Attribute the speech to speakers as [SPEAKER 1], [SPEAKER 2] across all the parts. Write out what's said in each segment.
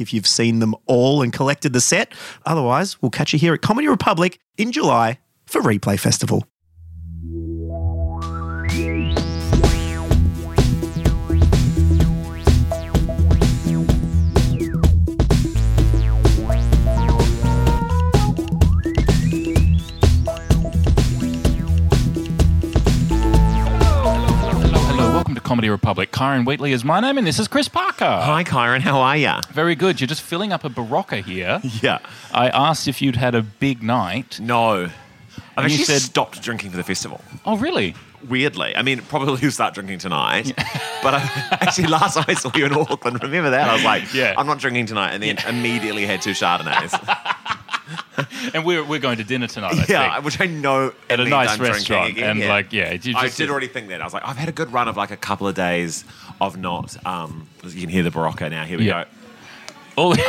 [SPEAKER 1] if you've seen them all and collected the set. Otherwise, we'll catch you here at Comedy Republic in July for Replay Festival.
[SPEAKER 2] Hello, welcome to Comedy Republic. Kyron Wheatley is my name, and this is Chris Parker.
[SPEAKER 3] Hi, Kyron. How are ya?
[SPEAKER 2] Very good. You're just filling up a barocca here.
[SPEAKER 3] Yeah.
[SPEAKER 2] I asked if you'd had a big night.
[SPEAKER 3] No. I've
[SPEAKER 2] you
[SPEAKER 3] actually
[SPEAKER 2] said-
[SPEAKER 3] stopped drinking for the festival.
[SPEAKER 2] Oh, really?
[SPEAKER 3] Weirdly. I mean, probably you'll start drinking tonight. but I, actually, last time I saw you in Auckland, remember that? I was like,
[SPEAKER 2] Yeah.
[SPEAKER 3] I'm not drinking tonight. And then immediately had two Chardonnays.
[SPEAKER 2] And we're, we're going to dinner tonight. I
[SPEAKER 3] yeah,
[SPEAKER 2] think.
[SPEAKER 3] which I know it
[SPEAKER 2] at a
[SPEAKER 3] means
[SPEAKER 2] nice
[SPEAKER 3] I'm drinking
[SPEAKER 2] restaurant.
[SPEAKER 3] again,
[SPEAKER 2] and
[SPEAKER 3] yeah.
[SPEAKER 2] like, yeah, you
[SPEAKER 3] I
[SPEAKER 2] just-
[SPEAKER 3] did already think that. I was like, I've had a good run of like a couple of days of not. Um, you can hear the Barocca now. Here we
[SPEAKER 2] Yeah.
[SPEAKER 3] go.
[SPEAKER 2] all-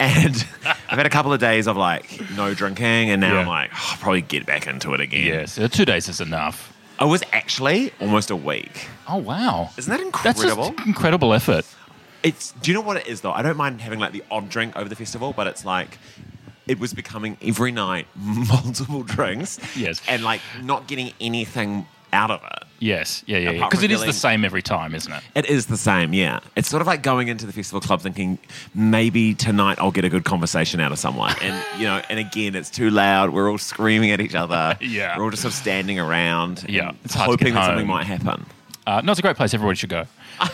[SPEAKER 3] And I've had a couple of days of like no drinking, and now
[SPEAKER 2] Yeah.
[SPEAKER 3] I'm like, "Oh, I'll probably get back into it again.
[SPEAKER 2] yes, uh, two days is enough.
[SPEAKER 3] I was actually almost a week.
[SPEAKER 2] Oh, wow.
[SPEAKER 3] Isn't that
[SPEAKER 2] That's just
[SPEAKER 3] incredible?
[SPEAKER 2] incredible effort.
[SPEAKER 3] It's do you know what it is though? I don't mind having like the odd drink over the festival, but it's like it was becoming every night multiple drinks.
[SPEAKER 2] Yes.
[SPEAKER 3] And like not getting anything out of it.
[SPEAKER 2] Yes, yeah, yeah,
[SPEAKER 3] Apart
[SPEAKER 2] Because
[SPEAKER 3] from
[SPEAKER 2] it is the
[SPEAKER 3] feeling-
[SPEAKER 2] same every time, isn't it?
[SPEAKER 3] It is the same, yeah. It's sort of like going into the festival club thinking maybe tonight I'll get a good conversation out of someone, and you know, and again it's too loud. We're all screaming at each other.
[SPEAKER 2] Yeah.
[SPEAKER 3] we're all just sort of standing around.
[SPEAKER 2] Yeah,
[SPEAKER 3] and
[SPEAKER 2] it's hard to
[SPEAKER 3] hoping
[SPEAKER 2] get
[SPEAKER 3] that something
[SPEAKER 2] home.
[SPEAKER 3] might happen.
[SPEAKER 2] Uh, no, it's a great place. Everyone should go.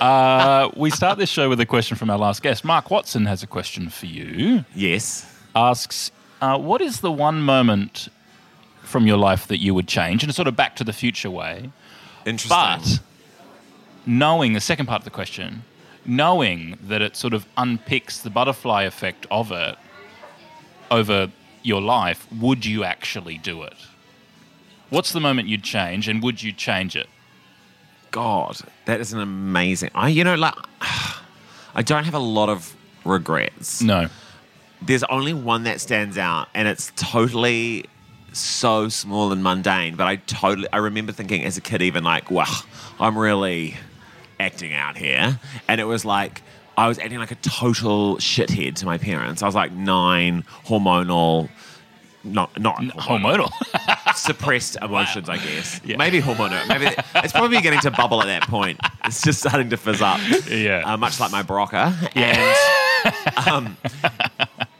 [SPEAKER 2] Uh, we start this show with a question from our last guest. Mark Watson has a question for you.
[SPEAKER 3] Yes.
[SPEAKER 2] asks, uh, "What is the one moment from your life that you would change?" In a sort of Back to the Future way,
[SPEAKER 3] Interesting.
[SPEAKER 2] but knowing the second part of the question, knowing that it sort of unpicks the butterfly effect of it over your life, would you actually do it? What's the moment you'd change, and would you change it?
[SPEAKER 3] God, that is an amazing. I, you know, like I don't have a lot of regrets.
[SPEAKER 2] No.
[SPEAKER 3] There's only one that stands out, and it's totally so small and mundane. But I totally, I remember thinking as a kid, even like, wow, I'm really acting out here, and it was like. I was acting like a total shithead to my parents. I was like nine, hormonal, not not
[SPEAKER 2] Hormonal.
[SPEAKER 3] suppressed emotions, I guess.
[SPEAKER 2] Yeah.
[SPEAKER 3] Maybe hormonal. Maybe it's probably getting to bubble at that point. It's just starting to fizz up.
[SPEAKER 2] Yeah.
[SPEAKER 3] Uh, much like my Barocca. And, um,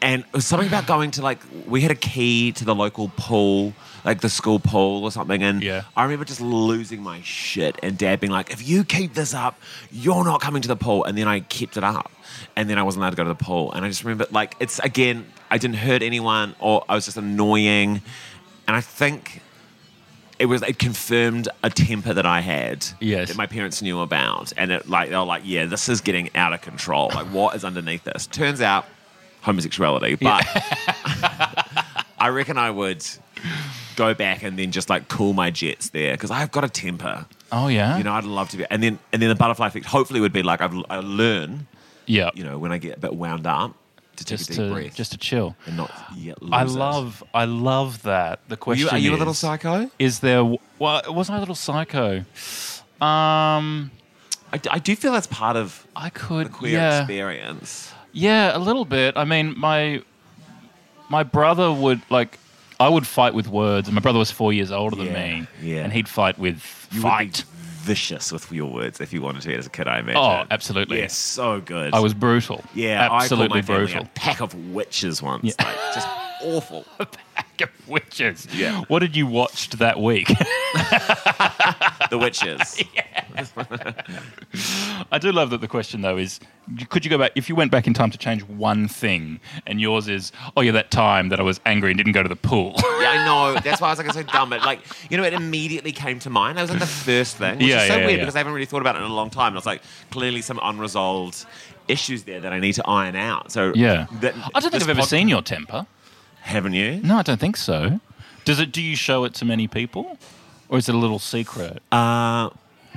[SPEAKER 3] and it was something about going to like we had a key to the local pool, like the school pool or something. And
[SPEAKER 2] Yeah.
[SPEAKER 3] I remember just losing my shit and dad being like, if you keep this up, you're not coming to the pool. And then I kept it up. And then I wasn't allowed to go to the pool. And I just remember, like, it's again, I didn't hurt anyone or I was just annoying. And I think it was it confirmed a temper that I had.
[SPEAKER 2] Yes.
[SPEAKER 3] That my parents knew about. And it like they were like, yeah, this is getting out of control. Like what is underneath this? Turns out homosexuality. But I reckon I would go back and then just like cool my jets there because I've got a temper.
[SPEAKER 2] oh yeah.
[SPEAKER 3] You know, I'd love to be, and then and then the butterfly effect. Hopefully, would be like I've, I learn.
[SPEAKER 2] yeah.
[SPEAKER 3] You know, when I get a bit wound up, to
[SPEAKER 2] just
[SPEAKER 3] take a deep
[SPEAKER 2] to
[SPEAKER 3] breath
[SPEAKER 2] just to chill.
[SPEAKER 3] and not yet lose
[SPEAKER 2] I
[SPEAKER 3] it.
[SPEAKER 2] love, I love that. The
[SPEAKER 3] Are
[SPEAKER 2] question
[SPEAKER 3] you, are you a
[SPEAKER 2] is-
[SPEAKER 3] little psycho?
[SPEAKER 2] Is there? Well, was I a little psycho? Um,
[SPEAKER 3] I, I do feel that's part of
[SPEAKER 2] I could.
[SPEAKER 3] queer
[SPEAKER 2] Yeah,
[SPEAKER 3] experience.
[SPEAKER 2] yeah, a little bit. I mean, my my brother would like. I would fight with words, and my brother was four years older than
[SPEAKER 3] Yeah,
[SPEAKER 2] me,
[SPEAKER 3] yeah.
[SPEAKER 2] and he'd fight with
[SPEAKER 3] You would be
[SPEAKER 2] fight.
[SPEAKER 3] vicious with your words if you wanted to as a kid, I imagine.
[SPEAKER 2] Oh, absolutely.
[SPEAKER 3] Yeah, so good.
[SPEAKER 2] I was brutal.
[SPEAKER 3] yeah,
[SPEAKER 2] absolutely
[SPEAKER 3] I called my family
[SPEAKER 2] brutal.
[SPEAKER 3] A pack of witches once, like just awful.
[SPEAKER 2] Pack of Witches.
[SPEAKER 3] Yeah.
[SPEAKER 2] What did you watch that week?
[SPEAKER 3] The witches.
[SPEAKER 2] I do love that the question though is, could you go back if you went back in time to change one thing, and yours is, oh yeah, that time that I was angry and didn't go to the pool.
[SPEAKER 3] Yeah, I know. That's why I was like, it's so dumb. But like, you know, it immediately came to mind. That was like the first thing, which
[SPEAKER 2] Yeah,
[SPEAKER 3] is so
[SPEAKER 2] yeah,
[SPEAKER 3] weird
[SPEAKER 2] yeah.
[SPEAKER 3] because I haven't really thought about it in a long time. And I was like, clearly some unresolved issues there that I need to iron out. So
[SPEAKER 2] yeah,
[SPEAKER 3] that-
[SPEAKER 2] I don't think
[SPEAKER 3] this
[SPEAKER 2] I've ever
[SPEAKER 3] pod-
[SPEAKER 2] seen your temper.
[SPEAKER 3] Haven't you?
[SPEAKER 2] No, I don't think so. Does it? Do you show it to many people, or is it a little secret?
[SPEAKER 3] Uh,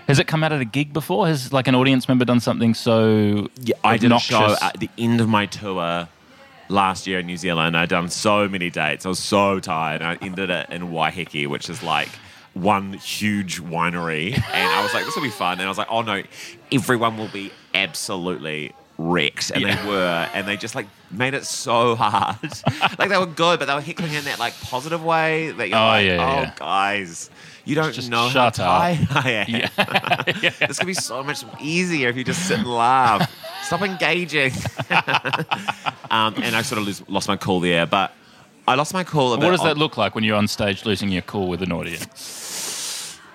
[SPEAKER 2] Has it come out at a gig before? Has like an audience member done something so
[SPEAKER 3] yeah, I did a show
[SPEAKER 2] obnoxious?
[SPEAKER 3] at the end of my tour last year in New Zealand. I'd done so many dates. I was so tired. I ended it in Waiheke, which is like one huge winery. And I was like, this will be fun. And I was like, oh no, everyone will be absolutely wrecked. And
[SPEAKER 2] Yeah.
[SPEAKER 3] they were. And they just like made it so hard. like they were good, but they were heckling in that like positive way that you're
[SPEAKER 2] Oh,
[SPEAKER 3] like,
[SPEAKER 2] yeah,
[SPEAKER 3] oh
[SPEAKER 2] yeah.
[SPEAKER 3] guys, you don't
[SPEAKER 2] Just
[SPEAKER 3] know
[SPEAKER 2] shut up."
[SPEAKER 3] how tired I am.
[SPEAKER 2] Yeah. Yeah.
[SPEAKER 3] This could be so much easier if you just sit and laugh. Stop engaging. um, and I sort of lose, lost my cool there, but I lost my cool. a
[SPEAKER 2] What
[SPEAKER 3] bit
[SPEAKER 2] does
[SPEAKER 3] on-
[SPEAKER 2] that look like when you're on stage losing your cool with an audience?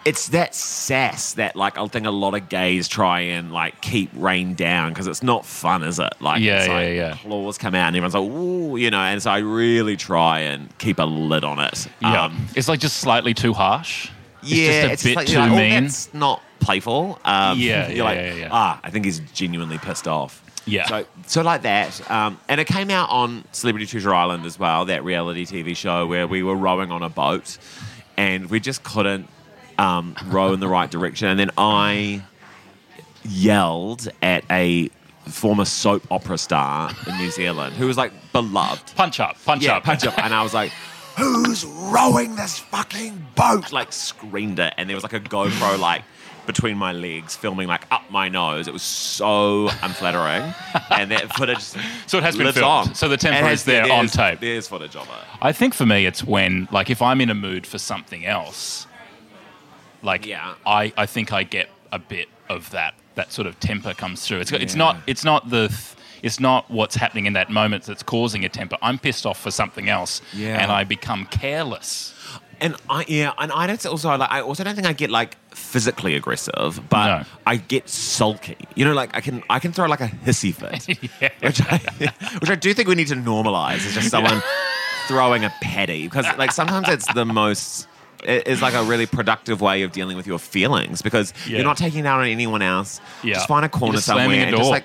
[SPEAKER 3] It's that sass that, like, I think a lot of gays try and like keep rain down because it's not fun, is it? Like,
[SPEAKER 2] Yeah,
[SPEAKER 3] it's
[SPEAKER 2] yeah,
[SPEAKER 3] like
[SPEAKER 2] yeah.
[SPEAKER 3] claws come out and everyone's like, ooh, you know. And so I really try and keep a lid on it.
[SPEAKER 2] Yeah,
[SPEAKER 3] Um,
[SPEAKER 2] it's like just slightly too harsh.
[SPEAKER 3] Yeah,
[SPEAKER 2] it's just a bit
[SPEAKER 3] like,
[SPEAKER 2] too
[SPEAKER 3] you're like,
[SPEAKER 2] mean.
[SPEAKER 3] Oh, that's not playful. Um,
[SPEAKER 2] Yeah,
[SPEAKER 3] you're
[SPEAKER 2] yeah,
[SPEAKER 3] like,
[SPEAKER 2] yeah, yeah.
[SPEAKER 3] ah, I think he's genuinely pissed off.
[SPEAKER 2] Yeah.
[SPEAKER 3] So, so like that, um, and it came out on Celebrity Treasure Island as well, that reality TV show where we were rowing on a boat, and we just couldn't um, row in the right direction, and then I yelled at a former soap opera star in New Zealand who was like beloved
[SPEAKER 2] punch up, punch
[SPEAKER 3] yeah,
[SPEAKER 2] up,
[SPEAKER 3] punch up. And I was like, who's rowing this fucking boat? Like screamed it. And there was like a GoPro like between my legs filming like up my nose. It was so unflattering. and that footage
[SPEAKER 2] So it has been
[SPEAKER 3] lives
[SPEAKER 2] filmed.
[SPEAKER 3] on.
[SPEAKER 2] So the temper
[SPEAKER 3] It
[SPEAKER 2] is there on
[SPEAKER 3] there's-
[SPEAKER 2] tape.
[SPEAKER 3] There's footage of it.
[SPEAKER 2] I think for me, it's when, like, if I'm in a mood for something else, like,
[SPEAKER 3] Yeah.
[SPEAKER 2] I, I think I get a bit of that. That sort of temper comes through. It's, it's
[SPEAKER 3] Yeah.
[SPEAKER 2] not it's not the th- it's not what's happening in that moment that's causing a temper. I'm pissed off for something else,
[SPEAKER 3] Yeah.
[SPEAKER 2] and I become careless.
[SPEAKER 3] And I yeah, and I don't also like I also don't think I get like physically aggressive, but
[SPEAKER 2] No.
[SPEAKER 3] I get sulky. You know, like I can I can throw like a hissy fit,
[SPEAKER 2] Yeah.
[SPEAKER 3] which I which I do think we need to normalize. Is just someone throwing a patty because like sometimes it's the most. It is like a really productive way of dealing with your feelings because
[SPEAKER 2] Yeah.
[SPEAKER 3] you're not taking it out on anyone else.
[SPEAKER 2] Yeah.
[SPEAKER 3] Just find a
[SPEAKER 2] You're
[SPEAKER 3] corner
[SPEAKER 2] just
[SPEAKER 3] somewhere
[SPEAKER 2] slamming a
[SPEAKER 3] and just
[SPEAKER 2] door.
[SPEAKER 3] like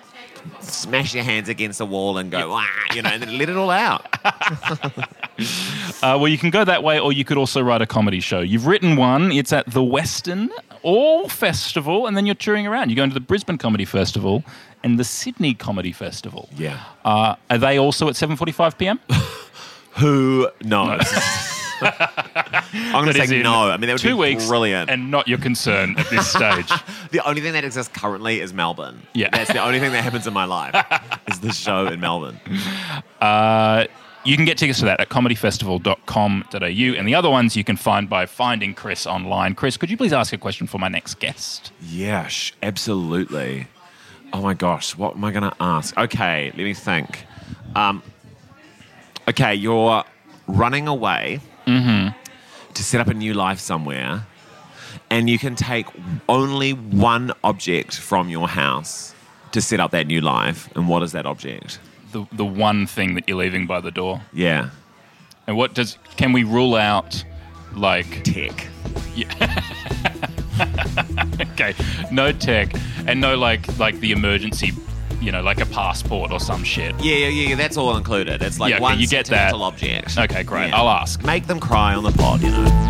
[SPEAKER 3] smash your hands against the wall and go, "Wah," you know, and then let it all out.
[SPEAKER 2] Uh, well, you can go that way, or you could also write a comedy show. You've written one. It's at the Western All Festival, and then you're touring around. You're going to the Brisbane Comedy Festival and the Sydney Comedy Festival.
[SPEAKER 3] Yeah.
[SPEAKER 2] Uh, are they also at 7:45 p.m.?
[SPEAKER 3] Who knows? I'm going
[SPEAKER 2] That
[SPEAKER 3] to
[SPEAKER 2] is
[SPEAKER 3] say
[SPEAKER 2] in
[SPEAKER 3] no. I mean, that would
[SPEAKER 2] two
[SPEAKER 3] be
[SPEAKER 2] weeks,
[SPEAKER 3] brilliant.
[SPEAKER 2] and not your concern at this stage.
[SPEAKER 3] the only thing that exists currently is Melbourne.
[SPEAKER 2] Yeah.
[SPEAKER 3] That's the only thing that happens in my life is this show in Melbourne.
[SPEAKER 2] you can get tickets to that at comedyfestival.com.au, and the other ones you can find by finding Chris online. Chris, could you please ask a question for my next guest?
[SPEAKER 3] Yes, absolutely. Oh my gosh, what am I going to ask? Okay, let me think. Um, okay, you're running away Mm-hmm. to set up a new life somewhere, and you can take only one object from your house to set up that new life. And what is that object?
[SPEAKER 2] The the one thing that you're leaving by the door,
[SPEAKER 3] Yeah,
[SPEAKER 2] and what does can we rule out? Like
[SPEAKER 3] tech.
[SPEAKER 2] Okay, no tech and no like like the emergency, you know, like a passport or some shit.
[SPEAKER 3] Yeah, yeah, yeah, yeah, that's all included. It's like
[SPEAKER 2] Yeah, okay,
[SPEAKER 3] one
[SPEAKER 2] you get that.
[SPEAKER 3] sentimental object.
[SPEAKER 2] Okay, great.
[SPEAKER 3] Yeah.
[SPEAKER 2] I'll ask.
[SPEAKER 3] Make them cry on the pod, you know.